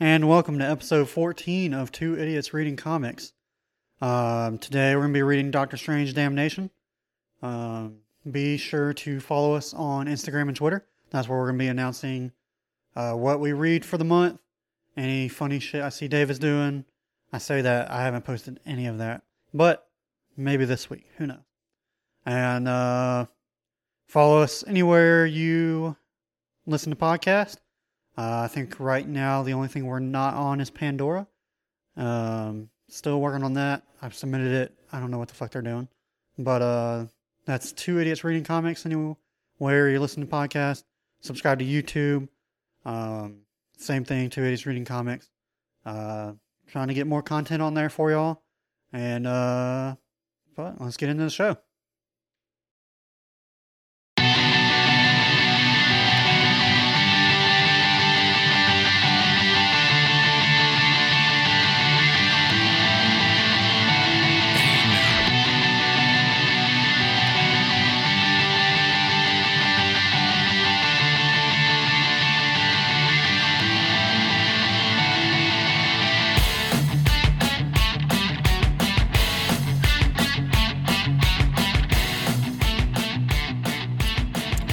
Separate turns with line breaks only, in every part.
And welcome to episode 14 of Two Idiots Reading Comics. Um, today we're going to be reading Doctor Strange Damnation. Um, be sure to follow us on Instagram and Twitter. That's where we're going to be announcing uh, what we read for the month, any funny shit I see Dave is doing. I say that I haven't posted any of that, but maybe this week. Who knows? And uh, follow us anywhere you listen to podcasts. Uh, I think right now the only thing we're not on is Pandora. Um, still working on that. I've submitted it. I don't know what the fuck they're doing, but uh, that's two idiots reading comics anywhere you listen to podcasts. Subscribe to YouTube. Um, same thing. Two idiots reading comics. Uh, trying to get more content on there for y'all. And uh, but let's get into the show.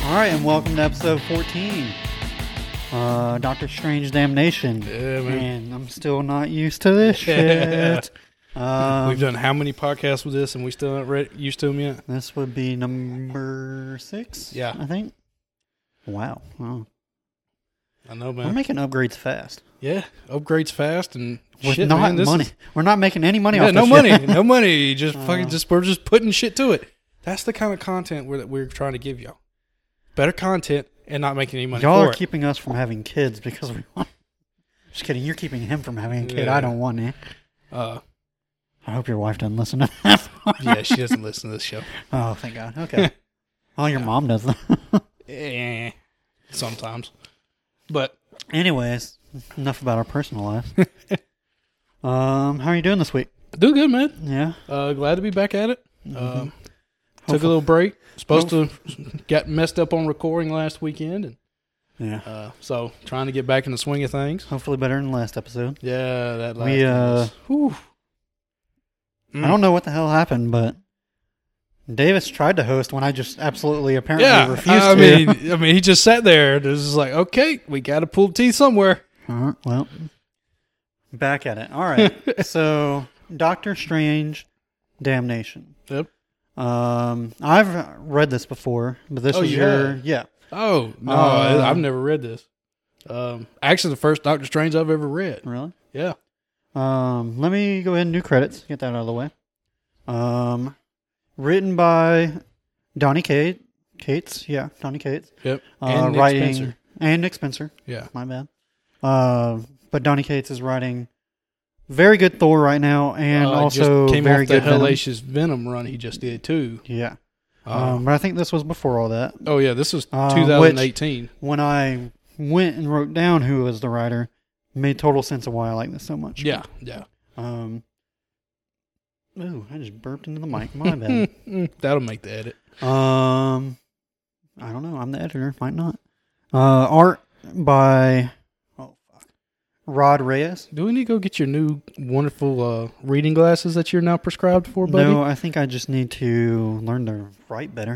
All right, and welcome to episode 14. Uh, Doctor Strange Damnation.
Yeah, man.
Man, I'm still not used to this shit. Um,
We've done how many podcasts with this, and we still aren't re- used to them yet.
this would be number six.
Yeah.
I think. Wow. Wow.
I know,
We're
man.
making upgrades fast.
yeah, upgrades fast and
With
shit,
not
man, this
money.
is-
We're not making any money
yeah,
off
no
this
money,
shit. Uh-huh.
no money. Just fucking, just we're just putting shit to it. That's the kind of content we're, that we're trying to give y'all. Better content and not making any money
Y'all
for
are
it.
keeping us from having kids because we want. Just kidding. You're keeping him from having a kid. I
Yeah.
don't want it.
uh,
I hope your wife doesn't listen to that.
yeah, she doesn't listen to this show.
oh, thank God. Okay. oh, your mom does that.
Eh, sometimes, but
Anyways, enough about our personal lives. um, how are you doing this week?
do good, man.
Yeah.
Uh, glad to be back at it.
Mm-hmm.
Um, took a little break. Supposed to got messed up on recording last weekend, and
Yeah.
uh, so trying to get back in the swing of things.
Hopefully better than last episode.
Yeah, that last
We,
one was-
uh,
whew. Mm.
I don't know what the hell happened, but Davis tried to host when I just absolutely apparently
yeah,
refused
I
to.
mean, I mean, he just sat there. and It was just like, okay, we got to pull teeth somewhere.
All right, Uh-huh, well, back at it. All right. so, Doctor Strange, Damnation.
Yep.
Um, I've read this before, but this
Oh,
was
you
your
have?
yeah.
Oh no,
Uh,
I- I've never read this. Um, actually, the first Doctor Strange I've ever read.
Really?
Yeah,
Um, let me go ahead and do credits. Get that out of the way. Um, written by Donnie Cate, Cates, yeah, Donnie Cates.
yep.
Uh,
and Nick
writing
Spencer.
and Nick Spencer.
Yeah,
My bad. Uh, but Donnie Cates is writing very good Thor right now, and
Uh, just
also
came
very
off
good
that
Venom.
hellacious Venom run he just did too.
Yeah.
Uh,
um, but I think this was before all that.
oh yeah, this was
uh, which-
2018.
When I went and wrote down who was the writer, made total sense of why I like this so much.
yeah, yeah.
Um. Ooh, I just burped into the mic. My bad.
That'll make the edit.
Um, I don't know. I'm the editor. Might not. Uh, art by oh fuck, Rod Reyes.
Do we need to go get your new wonderful uh, reading glasses that you're now prescribed for, buddy?
No, I think I just need to learn to write better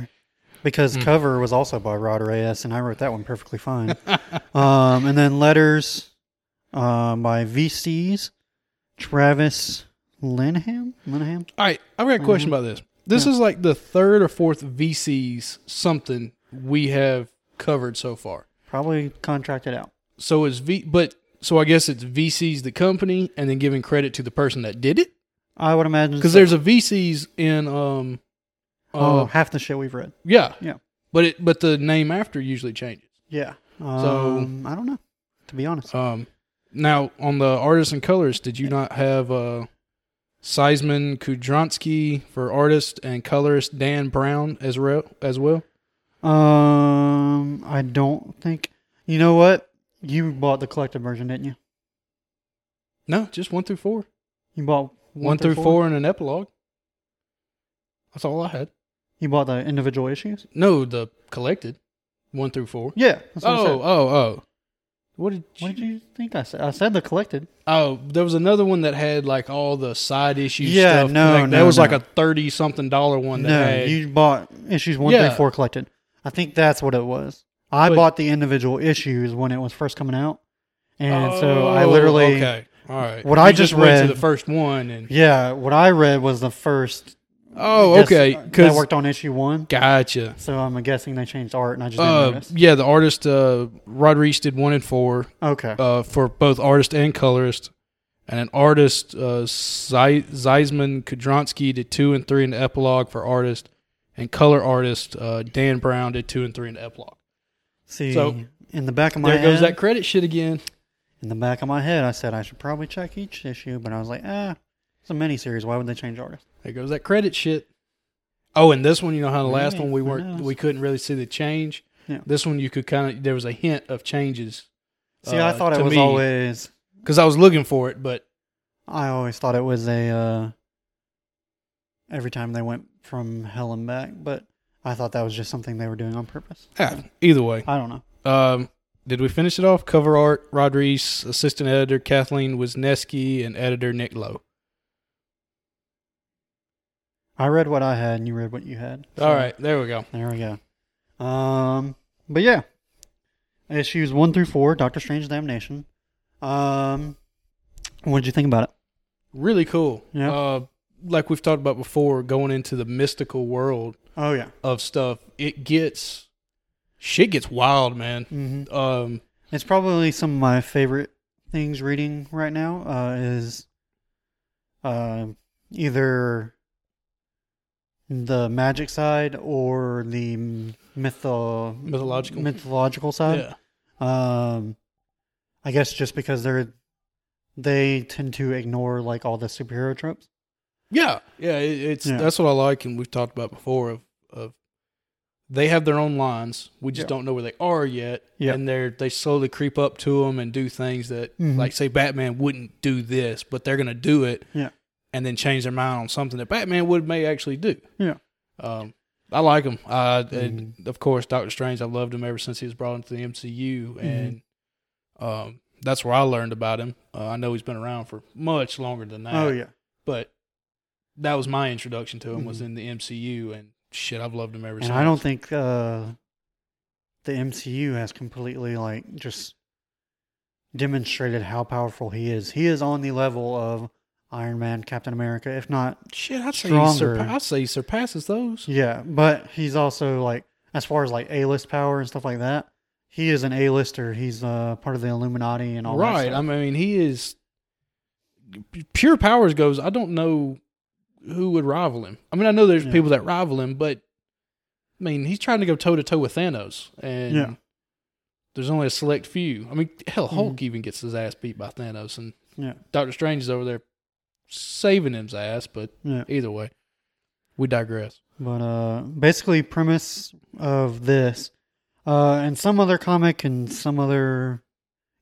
Hmm.
because cover was also by Rod Reyes, and I wrote that one perfectly fine. um, and then letters um, by VCs Travis Linham. Linham.
All right, I've got a question
Mm-hmm.
about this. This is like the third or fourth VC's something we have covered so far.
Probably contracted out.
So is V, but so I guess it's VC's the company, and then giving credit to the person that did it
I would imagine
because
so.
there's a VC's in um, uh,
oh half the shit we've read.
yeah,
Yeah.
but it but the name after usually changes.
Yeah.
So-
Um, I don't know. To be honest.
Um, now on the artists and colors, did you not have uh, Seisman Kudronsky for artist and colorist Dan Brown as well? As well,
Um, I don't think. You know what? You bought the collected version, didn't you?
no, just one through four,
You bought
one, through four. and an epilogue. That's all I had.
You bought the individual issues.
No, the collected, one through four.
Yeah. That's what I
Oh,
said.
oh, oh. What did you?
What did you think I said? I said the collected.
Oh, there was another one that had like all the side issues.
Yeah,
stuff.
no,
like, that
no,
was
no.
like a thirty something dollar one. That
No,
had,
you bought issues one through
Yeah.
four collected. I think that's what it was. I
But-
bought the individual issues when it was first coming out, and so I literally,
Oh, okay, all right.
what I
You
just
went
read-
to the first one and
yeah, what I read was the first.
oh,
disc
okay,
that
because
worked on issue one.
gotcha.
So I'm guessing they changed art, and I just didn't
Uh,
notice.
yeah, the artist uh, Rodriguez did one and four
Okay,
uh, for both artist and colorist, and an artist uh, Zei- Zeisman Kudronsky did two and three in the epilogue for artist, and color artist uh, Dan Brown did two and three in the epilogue.
see,
so-
in the back of my
there goes
head,
that credit shit again.
in the back of my head, I said I should probably check each issue, but I was like, ah, it's a miniseries. Why would they change artists?
There goes that credit shit. Oh, and this one, you know how the last
Yeah,
one we
I
weren't,
know.
we couldn't really see the change.
Yeah.
This one, you could kind of, there was a hint of changes.
See, I
Uh,
thought it
to
was
me-
always
because I was looking for it, but
I always thought it was a uh, every time they went from hell and back, but I thought that was just something they were doing on purpose.
ah, either way,
I don't know.
Um, did we finish it off? Cover art, Rodriguez, assistant editor Kathleen Wisneski, and editor Nick Lowe.
I read what I had, and you read what you had. So,
All right, there we go.
there we go. Um, but yeah, issues one through four, Doctor Strange Damnation. Um, what did you think about it?
Really cool.
Yeah.
Uh, like we've talked about before, going into the mystical world
Oh yeah,
of stuff, it gets shit gets wild, man.
mm-hmm.
Um,
it's probably some of my favorite things reading right now. Uh, is uh, either the magic side or the mytho
Mythological.
mythological side.
yeah,
Um, I guess just because they're they tend to ignore like all the superhero tropes.
yeah, yeah. It, it's
Yeah.
that's what I like, and we've talked about before of of they have their own lines. We just
Yeah.
don't know where they are yet,
Yeah.
and they're they slowly creep up to them and do things that
Mhm.
like say Batman wouldn't do this, but they're gonna do it.
Yeah.
And then change their mind on something that Batman would may actually do.
Yeah.
Um, I like him. Uh,
Mhm.
Of course, Doctor Strange. I've loved him ever since he was brought into the MCU,
Mm-hmm.
and um, that's where I learned about him. Uh, I know he's been around for much longer than that.
oh yeah,
But that was my introduction to him was
Mhm.
in the MCU, and shit, I've loved him ever
and
since.
I don't think uh, the MCU has completely like just demonstrated how powerful he is. He is on the level of Iron Man, Captain America, if not
Shit, I'd say, he
Stronger.
surpa- I'd say he surpasses those.
yeah. But he's also like as far as like A list power and stuff like that. He is an A lister. He's uh, part of the Illuminati and all that.
Right.
stuff.
I mean, he is pure powers goes. I don't know who would rival him. I mean, I know there's
Yeah.
people that rival him, but I mean, he's trying to go toe to toe with Thanos, and
Yeah.
there's only a select few. I mean, hell, Hulk even gets his ass beat by Thanos, and
Mm-hmm. Yeah.
Doctor Strange is over there saving him's ass. But
Yeah.
either way, we digress.
But uh, basically, premise of this, uh, and some other comic and some other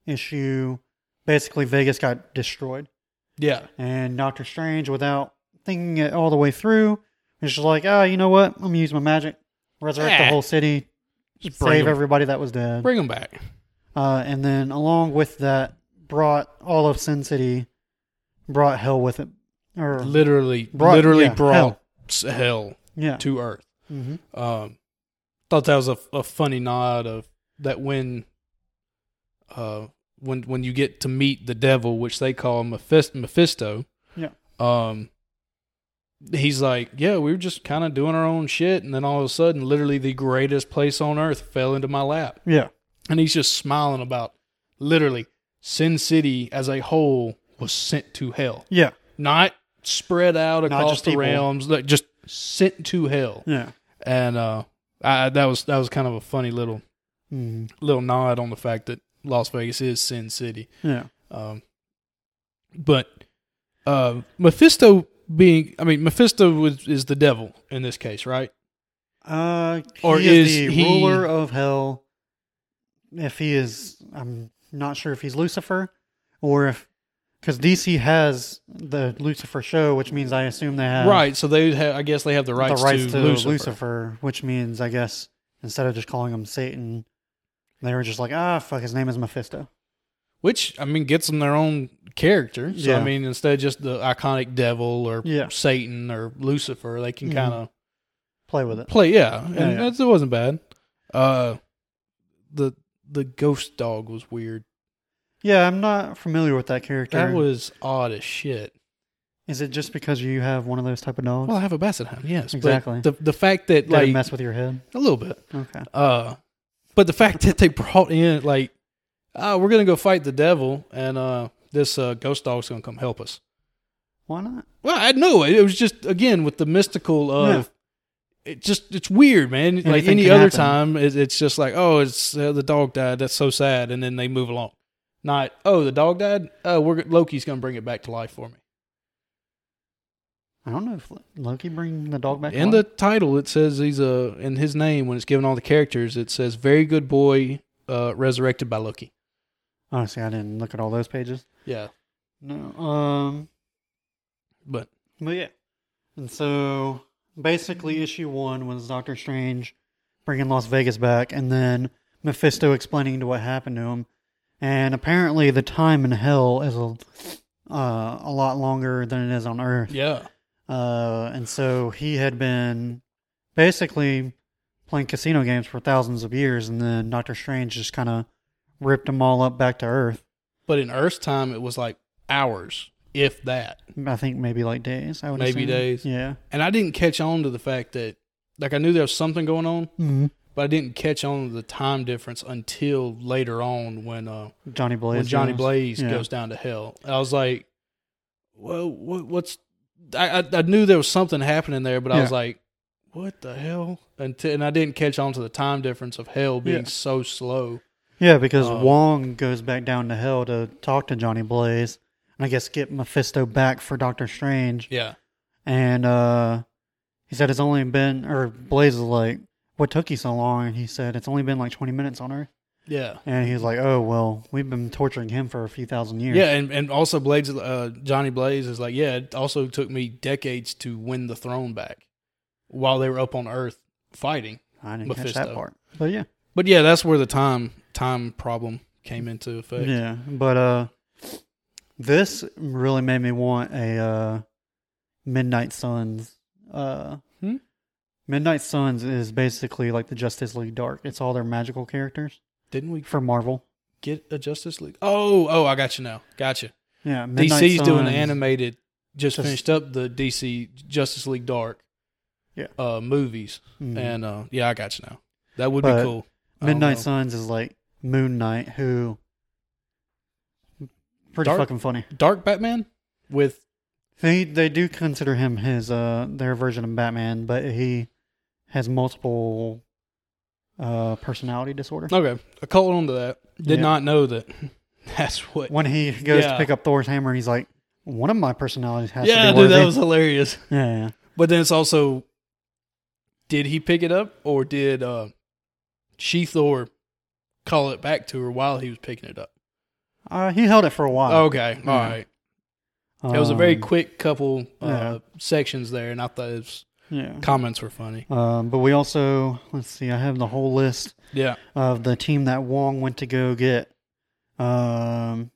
issue, basically Vegas got destroyed,
Yeah,
and Doctor Strange, without thinking it all the way through, is just like, ah, you know what? I'm gonna use my magic, resurrect the
Ah.
whole city,
just bring
save
him,
everybody that was dead.
bring him back.
Uh, and then along with that, brought all of Sin City, brought hell with it, or
Literally,
Brought-
literally
yeah,
brought
hell.
s- hell
yeah,
to Earth.
hmm
Um, thought that was a, a funny nod of that when, uh, when when you get to meet the devil, which they call Mephist- Mephisto.
Yeah.
Um, he's like, yeah, we were just kind of doing our own shit, and then all of a sudden, literally the greatest place on earth fell into my lap,
yeah,
and he's just smiling about literally Sin City as a whole was sent to hell,
yeah,
not spread out across
just
the
people.
realms, like just sent to hell
yeah.
and uh, I, that was that was kind of a funny little
hmm
little nod on the fact that Las Vegas is Sin City.
Yeah.
Um, but uh, Mephisto being, I mean, Mephisto was, is the devil in this case, right?
Uh,
Or
he is,
is
the
he-
ruler of hell. If he is, I'm not sure if he's Lucifer or if because DC has the Lucifer show, which means I assume they have
right. So they have, I guess they have the
Uh, the
rights,
rights,
to,
to,
Lucifer.
Lucifer. which means I guess instead of just calling him Satan, they were just like, ah, fuck, his name is Mephisto.
which I mean gets them their own character. So
Yeah.
I mean, instead of just the iconic devil or
Yeah.
Satan or Lucifer, they can
Mhm.
kind of
Play with it.
play. Yeah, and
Yeah, yeah.
That's, it wasn't bad. Uh, the the ghost dog was weird.
Yeah, I'm not familiar with that character.
That was odd as shit.
Is it just because you have one of those type of dogs?
Well, I have a basset hound, yes. but
Exactly.
the the fact that
Did it
like
mess with your head?
a little bit.
Okay.
Uh, but the fact that they brought in like, ah, we're gonna go fight the devil, and uh, this uh, ghost dog's gonna come help us.
Why not?
Well, I know it, it was just again with the mystical of. It just it's weird, man. like
Anything
any
can
other
happen.
time, it, it's just like, oh, it's uh, the dog died. That's so sad, and then they move along. Not oh, the dog died. Oh, we're Loki's gonna bring it back to life for me.
I don't know if Lo- Loki bring the dog back.
In the
alive?
title, it says he's a in his name when it's given all the characters. It says very good boy, uh, resurrected by Loki.
honestly, I didn't look at all those pages.
Yeah,
No. Um.
but
But yeah. And so basically, issue one was Doctor Strange bringing Las Vegas back, and then Mephisto explaining to what happened to him. And apparently, the time in hell is a uh, a lot longer than it is on Earth.
yeah,
Uh, and so he had been basically playing casino games for thousands of years, and then Doctor Strange just kind of ripped them all up back to Earth.
but in Earth's time, it was like hours, if that.
I think maybe like days. I would
Maybe
assume.
days.
Yeah.
And I didn't catch on to the fact that, like, I knew there was something going on,
Mm-hmm.
but I didn't catch on to the time difference until later on when uh
Johnny Blaze.
when Johnny
goes.
Blaze
Yeah.
goes down to hell. I was like, well, what, what's? I, I I knew there was something happening there, but I was
Yeah.
like, what the hell? Until and I didn't catch on to the time difference of hell being
Yeah.
so slow.
Yeah, because
Um,
Wong goes back down to hell to talk to Johnny Blaze, and I guess get Mephisto back for Doctor Strange.
Yeah,
And uh, he said it's only been, or Blaze is like, "What took you so long?" And he said it's only been like twenty minutes on Earth.
yeah.
And he's like, "Oh well, we've been torturing him for a few thousand years."
Yeah, and, and also Blades, uh, Johnny Blaze is like, yeah, it also took me decades to win the throne back while they were up on Earth fighting.
I didn't catch
Mephisto.
that part. But yeah,
But yeah, that's where the time time problem came into effect.
yeah. But uh, this really made me want a uh, Midnight Suns. Uh,
Hmm?
Midnight Suns is basically like the Justice League Dark. It's all their magical characters
Didn't we
for Marvel.
get a Justice League? Oh, oh, I got you now. Gotcha.
Yeah,
DC's doing
Suns-
an animated. Just,
Just-
finished up the DC Justice League Dark.
Yeah.
Uh, movies
Mhm.
and uh, yeah, I got you now. That would
But
be cool. I don't
Midnight
know.
Suns is like Moon Knight, who pretty
Dark?
fucking funny.
Dark Batman with
They they do consider him his uh their version of Batman, but he has multiple uh personality disorder.
Okay, I caught on to that. Did
Yeah.
not know that. That's what.
When he goes
Yeah.
to pick up Thor's hammer, he's like, "One of my personalities has
yeah,
to be
dude,
worthy."
that was hilarious.
yeah, yeah.
But then it's also, did he pick it up or did uh, she Thor call it back to her while he was picking it up?
Uh, he held it for a while.
okay,
yeah.
all right. Oh, It was a very
Um,
quick couple uh,
yeah.
sections there, and I thought his
yeah.
comments were funny.
Um, but we also let's see. I have the whole list
Yeah,
of the team that Wong went to go get. Um,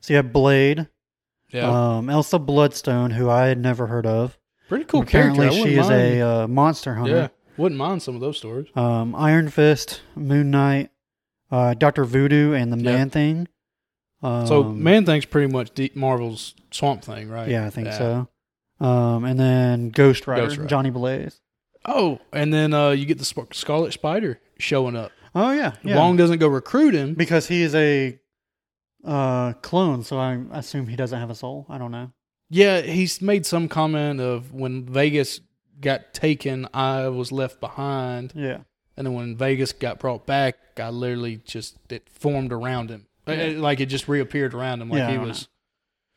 so you have Blade,
yeah,
um, Elsa Bloodstone, who I had never heard of.
pretty cool
Apparently,
character. I
she
wouldn't
is
mind.
a uh, monster hunter.
yeah, wouldn't mind some of those stories.
um, Iron Fist, Moon Knight, uh, Doctor Voodoo, and the
Yeah.
Man Thing. Um,
so Man Thing's pretty much D- Marvel's Swamp Thing, right?
yeah, I think so. Um, and then Ghost Rider,
Ghost Rider.
Johnny Blaze.
Oh, and then uh, you get the Sp- Scarlet Spider showing up.
Oh yeah, yeah.
Wong doesn't go recruit him.
because he is a uh, clone, so I assume he doesn't have a soul. I don't know.
Yeah, he's made some comment of when Vegas got taken, I was left behind,
Yeah,
and then when Vegas got brought back, I literally just it formed around him,
Yeah.
Uh, like it just reappeared around him, like
Yeah, I
he
don't
was.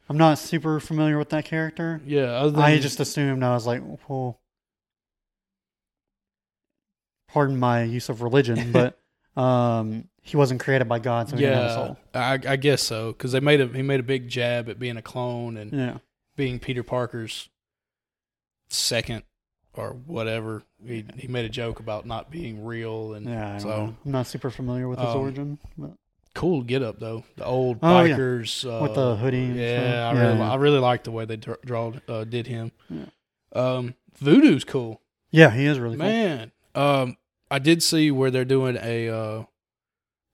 I'm not super familiar with that character.
Yeah, other than
I just assumed I was like, well, pardon my use of religion, but um, he wasn't created by God, so he didn't have a
yeah,
soul.
I, I guess so because they made a he made a big jab at being a clone and
Yeah,
being Peter Parker's second or whatever. He he made a joke about not being real and
yeah. I don't
so
know. I'm not super familiar with his
um,
origin, but
cool get up though. The old
Oh, yeah.
bikers uh,
With the hoodie and
Yeah, I
stuff.
really,
Yeah.
I really like the way they dr- draw uh, did him.
Yeah.
Um, Voodoo's cool,
Yeah, he is really cool.
man. Um, I did see where they're doing a uh,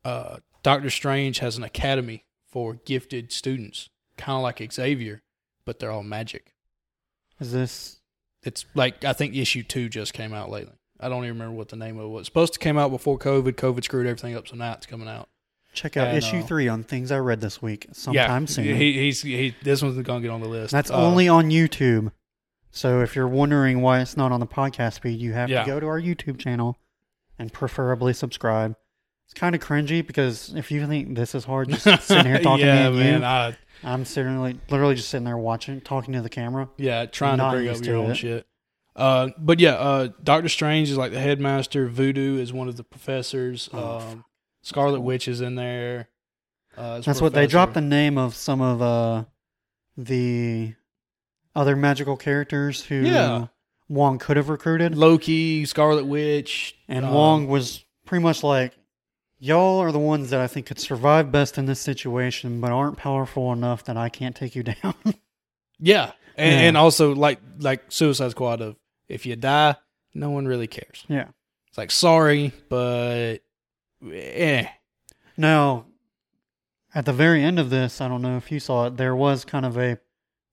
uh, Doctor Strange has an academy for gifted students, kind of like Xavier, but they're all magic.
Is this
It's like I think issue two just came out lately. I don't even remember what the name of it was. Supposed to came out before COVID. COVID screwed everything up, so now it's coming out.
check out
And,
issue
uh,
three on things I read this week sometime
yeah,
soon?
He, he's he. This one's gonna get on the list.
That's
Uh,
only on YouTube. So if you're wondering why it's not on the podcast feed, you have
Yeah.
to go to our YouTube channel and preferably subscribe. It's kind of cringy because if you think this is hard, just sitting here talking
yeah,
to me
man.
and you,
I,
I'm sitting like, literally just sitting there watching, talking to the camera.
yeah, trying to
Not
bring up
used
your
to
own
it.
shit. Uh, but yeah, uh, Doctor Strange is like the headmaster. Voodoo is one of the professors.
Oh,
um, Scarlet Witch is in there. Uh, as
That's what they dropped the
professor.
name of some of uh, the other magical characters who
Yeah.
Wong could have recruited.
Loki, Scarlet Witch,
And
um,
Wong was pretty much like, y'all are the ones that I think could survive best in this situation, but aren't powerful enough that I can't take you down.
Yeah, and,
Yeah.
and also like like Suicide Squad of if you die, no one really cares.
yeah.
It's like sorry, but eh.
Now, at the very end of this, I don't know if you saw it, there was kind of a,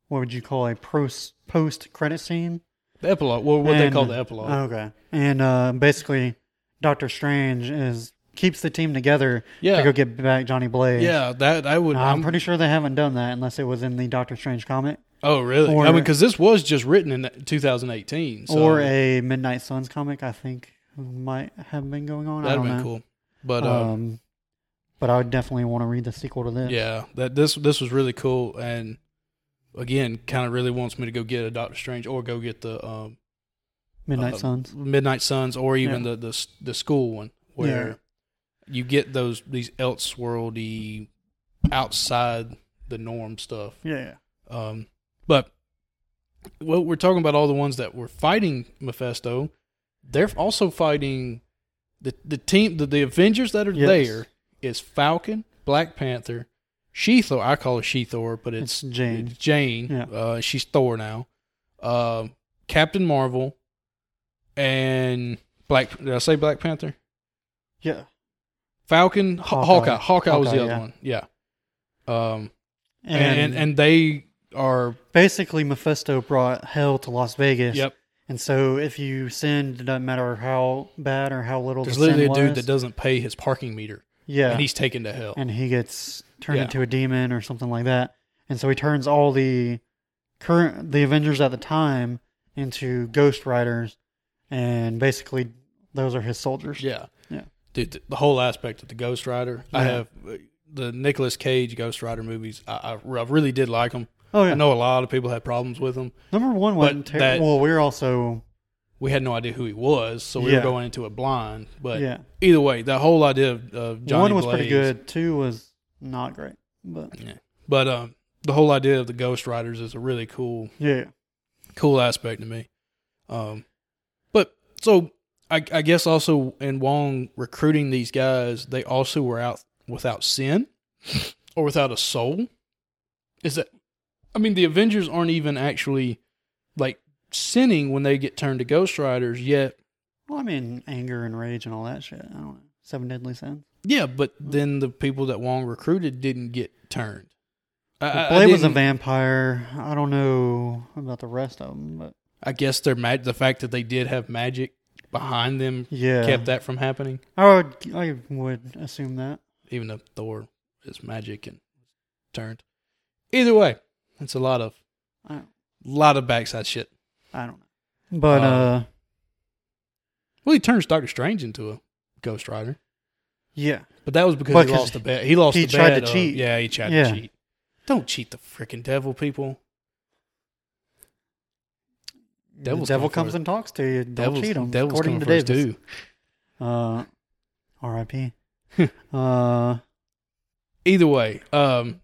what would you call a post post credit scene?
The epilogue. Well, what they
And-
call the epilogue.
Okay. And uh, basically, Doctor Strange is keeps the team together
yeah,
to go get back Johnny Blaze.
yeah. That I would.
Now, I'm pretty sure they haven't done that unless it was in the Doctor Strange comic
Oh, really?
Or-
I mean, because this was just written in 2018, so
or a Midnight Suns comic. I think might have been going on. I
that'd
don't
been
know.
cool. But uh,
um, but I would definitely want to read the sequel to this.
yeah, that this this was really cool, and again, kind of really wants me to go get a Doctor Strange or go get the um,
Midnight
uh,
Suns.
Midnight Suns, or even
Yeah.
the, the s- the school one where you get those these elseworldy, outside the norm stuff.
Yeah.
Um, but well, we're talking about all the ones that were fighting Mephisto. They're also fighting the the team, the, the Avengers that are
Yes.
there is Falcon, Black Panther, She Thor. I call her She Thor, but it's,
It's Jane.
It's Jane.
Yeah.
Uh, she's Thor now. Um, Captain Marvel and Black. Did I say Black Panther?
Yeah.
Falcon, Haw-
Hawkeye.
Hawkeye. Hawkeye, was the
Hawkeye,
other
yeah.
one. Yeah. Um,
And,
and, and and they are.
basically, Mephisto brought hell to Las Vegas.
Yep.
And so, if you sinned, it doesn't matter how bad or how little
There's
the sin
literally a dude
was,
that doesn't pay his parking meter,
Yeah.
and he's taken to hell.
and he gets turned
Yeah.
into a demon or something like that. And so he turns all the current the Avengers at the time into ghost riders and basically those are his soldiers.
yeah,
Yeah.
Dude, th- the whole aspect of the Ghost Rider. I
Yeah.
have uh, the Nicolas Cage Ghost Rider movies. I, I, I really did like them.
Oh yeah.
I know a lot of people had problems with them.
Number one wasn't
But
terrible.
that-
Well, we're also
We had no idea who he was, so we
Yeah.
were going into it blind. But
yeah.
either way, the whole idea of, of
one
Johnny
was pretty
Blaze-
good. Two was not great. But
But um, the whole idea of the Ghost Riders is a really cool
yeah,
cool aspect to me. Um, but so I, I guess also in Wong recruiting these guys, they also were out without sin or without a soul. Is that? I mean, the Avengers aren't even actually like sinning when they get turned to Ghost Riders yet.
well, I mean, anger and rage and all that shit. I don't know. Seven deadly sins.
Yeah, but then the people that Wong recruited didn't get turned. I, I- I
Blade was a
didn't-
vampire. I don't know about the rest of them, but
I guess their mag- the fact that they did have magic behind them
yeah,
kept that from happening.
I would I would assume that.
even though Thor is magic and turned. Either way, it's a lot of
I don't,
lot of backside shit.
I don't know. But
Um,
uh,
Well, he turns Doctor Strange into a Ghost Rider,
yeah,
but that was because
Well,
he
'cause
lost the bet. He lost.
he
the
tried
bet
to
of-
cheat.
Yeah, he tried
Yeah.
to cheat. Don't cheat the freaking devil, people. Devil's
the devil
come
comes
for-
and talks to you. Don't
Devil's,
cheat him.
devil's
according
coming
to
for his
Davis.
due.
Uh, R.I.P. uh,
Either way, um,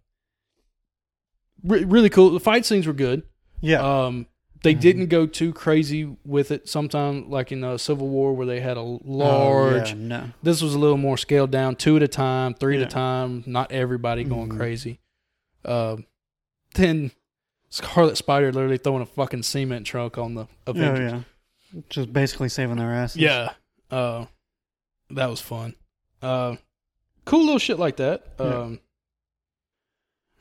re- really cool. The fight scenes were good.
yeah. Mm-hmm.
Um, they didn't go too crazy with it. Sometime like in the Civil War where they had a large.
Oh, yeah, no.
This was a little more scaled down, two at a time, three
Yeah.
at a time. Not everybody going
Mhm.
crazy. Uh, then Scarlet Spider literally throwing a fucking cement truck on the Avengers.
Oh, yeah. Just basically saving their asses.
Yeah. Uh, that was fun. Uh, cool little shit like that.
Yeah.
Um,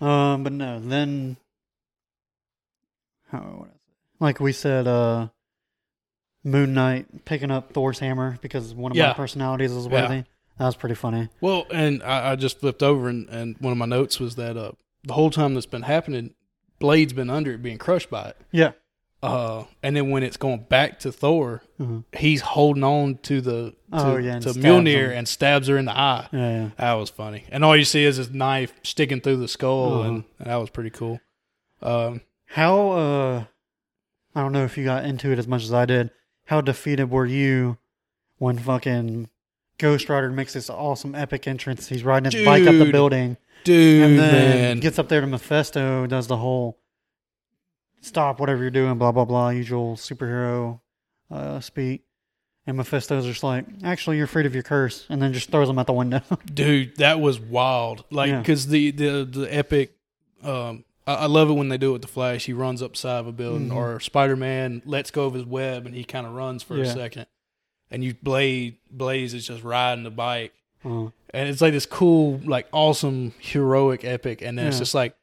Um, but no, then how what is it? like we said, uh, Moon Knight picking up Thor's hammer because one of
Yeah.
my personalities is
Yeah.
worthy. That was pretty funny.
well, and I, I just flipped over, and, and one of my notes was that uh, the whole time that's been happening, Blade's been under it, being crushed by it.
Yeah.
Uh, and then when it's going back to Thor,
Mhm.
he's holding on to the to,
Oh, yeah, and
to
stabs
Mjolnir
him.
and stabs her in the eye.
Yeah. yeah.
That was funny. And all you see is his knife sticking through the skull,
Uh-huh.
and, and that was pretty cool. Um,
How uh, I don't know if you got into it as much as I did. How defeated were you when fucking Ghost Rider makes this awesome epic entrance? He's riding his bike up the
Dude.
building
dude,
and then
man.
gets up there to Mephisto, does the whole stop whatever you're doing, blah blah blah, usual superhero uh, speak. And Mephisto's just like, actually, you're freed of your curse, and then just throws him out the window.
dude that was wild like
Yeah.
because the, the the epic um I, I love it when they do it with the flash he runs up side of a building
Mhm.
or spider-man lets go of his web and he kind of runs for a
Yeah.
second and you blade blaze is just riding the bike
Uh,
and it's like this cool like awesome heroic epic and then it's
Yeah.
just like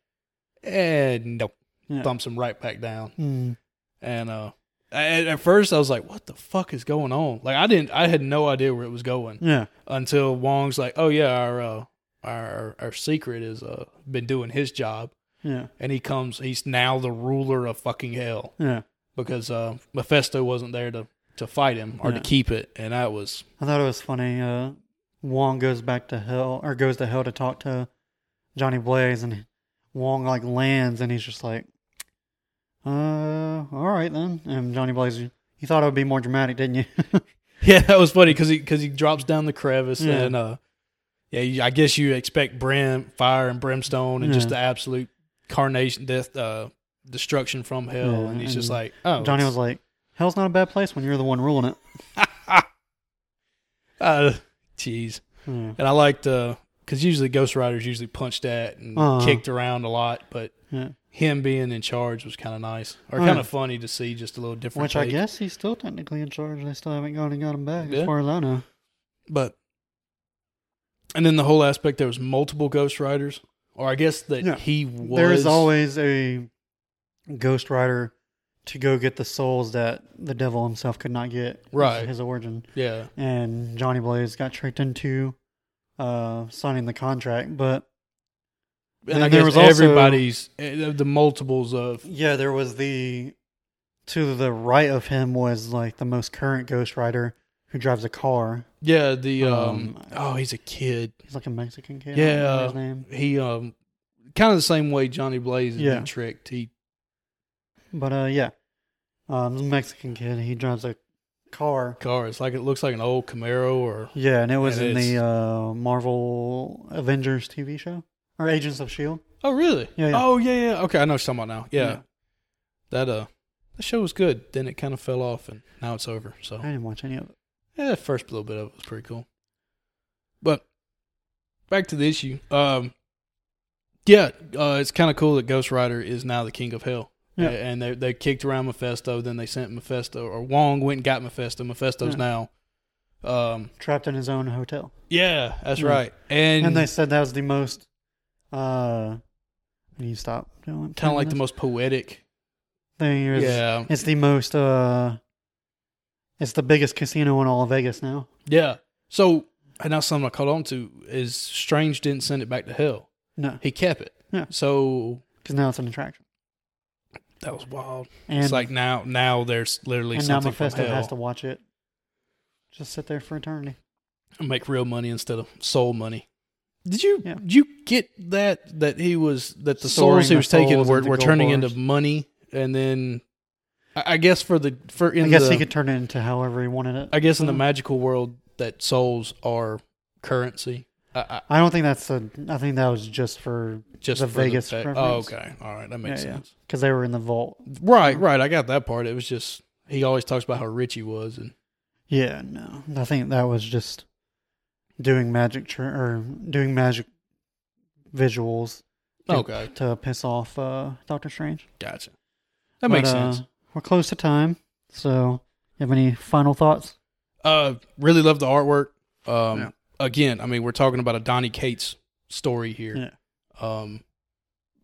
and no
Yeah.
thumps him right back down
mm,
and uh at, at first i was like what the fuck is going on like i didn't i had no idea where it was going
yeah,
until Wong's like, "Oh yeah, our uh, our our secret is uh been doing his job."
yeah,
And he comes, he's now the ruler of fucking hell
yeah.
because uh Mephisto wasn't there to to fight him or to
Yeah.
keep it, and that was
I thought it was funny. Uh, Wong goes back to hell or goes to hell to talk to Johnny Blaze, and Wong like lands, and he's just like, "Uh, all right then." And Johnny Blaze, you you thought it would be more dramatic, didn't you?
yeah, that was funny because he because he drops down the crevice
Yeah.
and uh yeah, you, I guess you expect brim fire and brimstone and just
Yeah.
the absolute carnation death uh destruction from hell,
Yeah,
and he's just
and
like, oh,
Johnny
it's-
was like, "Hell's not a bad place when you're the one ruling it."
uh, jeez.
Yeah,
And I liked uh 'cause because usually Ghost Rider's usually punched at and
Uh-huh.
kicked around a lot, but
yeah.
him being in charge was kind of nice or
Oh,
kind
yeah.
of funny to see just a little different.
Which I
take.
guess he's still technically in charge. They still haven't gone and got him back,
Yeah.
as far as I know.
but and then the whole aspect there was multiple Ghost Riders, or I guess that
Yeah.
he was.
There is always a Ghost Rider to go get the souls that the devil himself could not get. This is
Right.
his origin.
yeah,
and Johnny Blaze got tricked into uh, signing the contract. But
and I
there
guess
was also-
everybody's eh, the multiples of
yeah, there was the to the right of him was like the most current Ghost Rider who drives a car.
yeah the um,
Um,
oh he's a kid
He's like a Mexican kid. I don't
yeah
remember his name.
he um kind of the same way Johnny Blaze yeah.
Yeah.
been tricked he
But uh, yeah, um, the Mexican kid. He drives a car.
car it's like it looks like an old Camaro or
Yeah, and it was
And
in
it's-
the uh, Marvel Avengers TV show or Agents of Shield.
Oh really?
Yeah, yeah.
Oh yeah, yeah. Okay, I know what you're talking about now. Yeah. That uh that show was good. Then it kind of fell off and now it's over. So
I didn't watch any of it.
yeah, that first little bit of it was pretty cool. But back to the issue. Um yeah, uh, it's kind of cool that Ghost Rider is now the king of hell.
Yeah.
A- And they they kicked around Mephisto, then they sent Mephisto or Wong went and got Mephisto. Mephisto's
Yeah.
now um
Trapped in his own hotel.
yeah, that's
Yeah.
right. And,
and they said that was the most uh can you stop doing
kind of like the most poetic.
thing is,
Yeah.
it's the most uh it's the biggest casino in all of vegas now
Yeah. So, and that's something I caught on to is Strange didn't send it back to hell.
no
He kept it.
Yeah.
So
because now it's an attraction
that was wild.
and,
it's like now, now there's literally
and now
something from
mephisto
hell.
has to watch it just sit there for eternity
and make real money instead of soul money. Did you
Yeah.
did you get that that he was that the
Storing
souls he
the
was taking
souls
were,
into
were
gold
turning
bars.
into money and then I, I guess for the for in
i guess
the
he could Mm. turn it into however he wanted it
I guess in the magical world that souls are currency I,
I don't think that's a. I think that was just for
just
The
for the
Vegas
fa- oh,
reference.
okay, all right, that
yeah, Mm.
makes sense.
because they were in the vault.
Right, right. I got that part. It was just he always talks about how rich he was, and
Yeah, no, I think that was just doing magic tr- or doing magic visuals to-
okay,
to piss off uh, Doctor Strange.
gotcha.
But,
That makes
uh,
sense.
We're close to time, so you have any final thoughts?
Uh, really love the artwork. Um,
Yeah.
again, I mean, we're talking about a Donnie Cates story here. Um,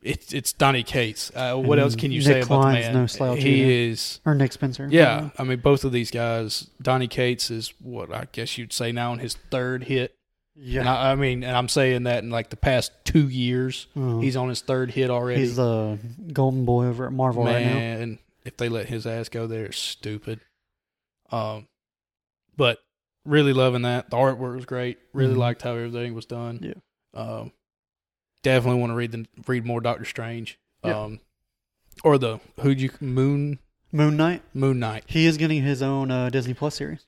it's it's Donnie Cates. Uh, what
And
else can you
Nick
say about the
Klein's
man?
no slouch
he
either.
is.
Or Nick Spencer? Uh,
Yeah, I mean both of these guys. Donnie Cates is what I guess you'd say now in his third hit. And
yeah.
I, I mean, and I'm saying that in like the past two years,
Um,
he's on his third hit already.
he's the golden boy over at Marvel right now.
Man, if they let his ass go there, it's stupid. Um, but really loving that. The artwork was great. Really
Mhm.
liked how everything was done.
Yeah.
Um, definitely want to read the read more Doctor Strange.
Yeah.
Um, or the who'd you Moon
Moon Knight.
Moon Knight.
He is getting his own uh, Disney Plus series,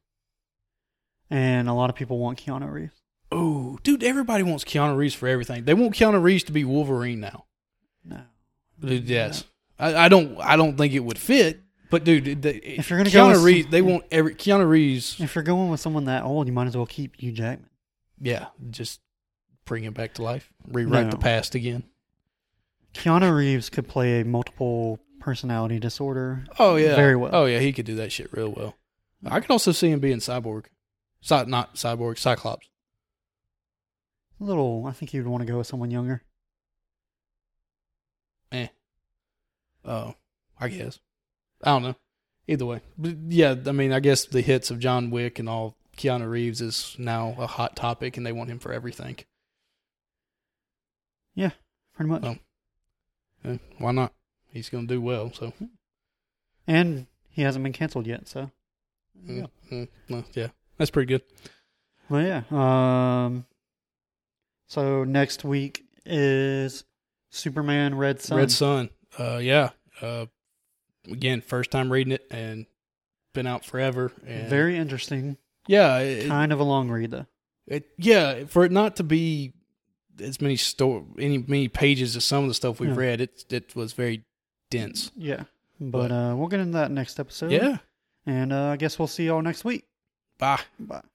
and a lot of people want Keanu Reeves.
Oh, dude, everybody wants Keanu Reeves for everything. They want Keanu Reeves to be Wolverine now.
No.
Dude,
Mm-hmm.
yes. I, I don't I don't think it would fit, but dude, they,
If you're gonna
Keanu
go with-
Reeves, they want every Keanu Reeves.
If you're going with someone that old, you might as well keep Hugh Jackman.
Yeah, just bring him back to life. Rewrite the
No.
past again.
Keanu Reeves could play a multiple personality disorder.
Oh yeah.
Very well.
Oh yeah, he could do that shit real well. I could also see him being Cyborg. Cy, not Cyborg, Cyclops.
A little, I think you'd want to go with someone younger.
Oh, I guess. I don't know. Either way, but yeah. I mean, I guess the hits of John Wick and all Keanu Reeves is now a hot topic, and they want him for everything.
Pretty much.
Oh. Eh, why not? He's going to do well. So
And he hasn't been canceled yet, so.
yeah, mm, yeah, that's pretty good.
Well, yeah. Um, so next week is Superman Red Sun.
Red Sun. Uh, yeah. Uh, again, first time reading it and been out forever. And
Very interesting.
yeah. It,
kind of a long read, though.
it, yeah, for it not to be as many store any many pages of some of the stuff we've
Yeah.
read, it it was very dense.
Yeah. But uh, we'll get into that next episode.
Yeah.
And uh, I guess we'll see y'all next week.
Bye.
Bye.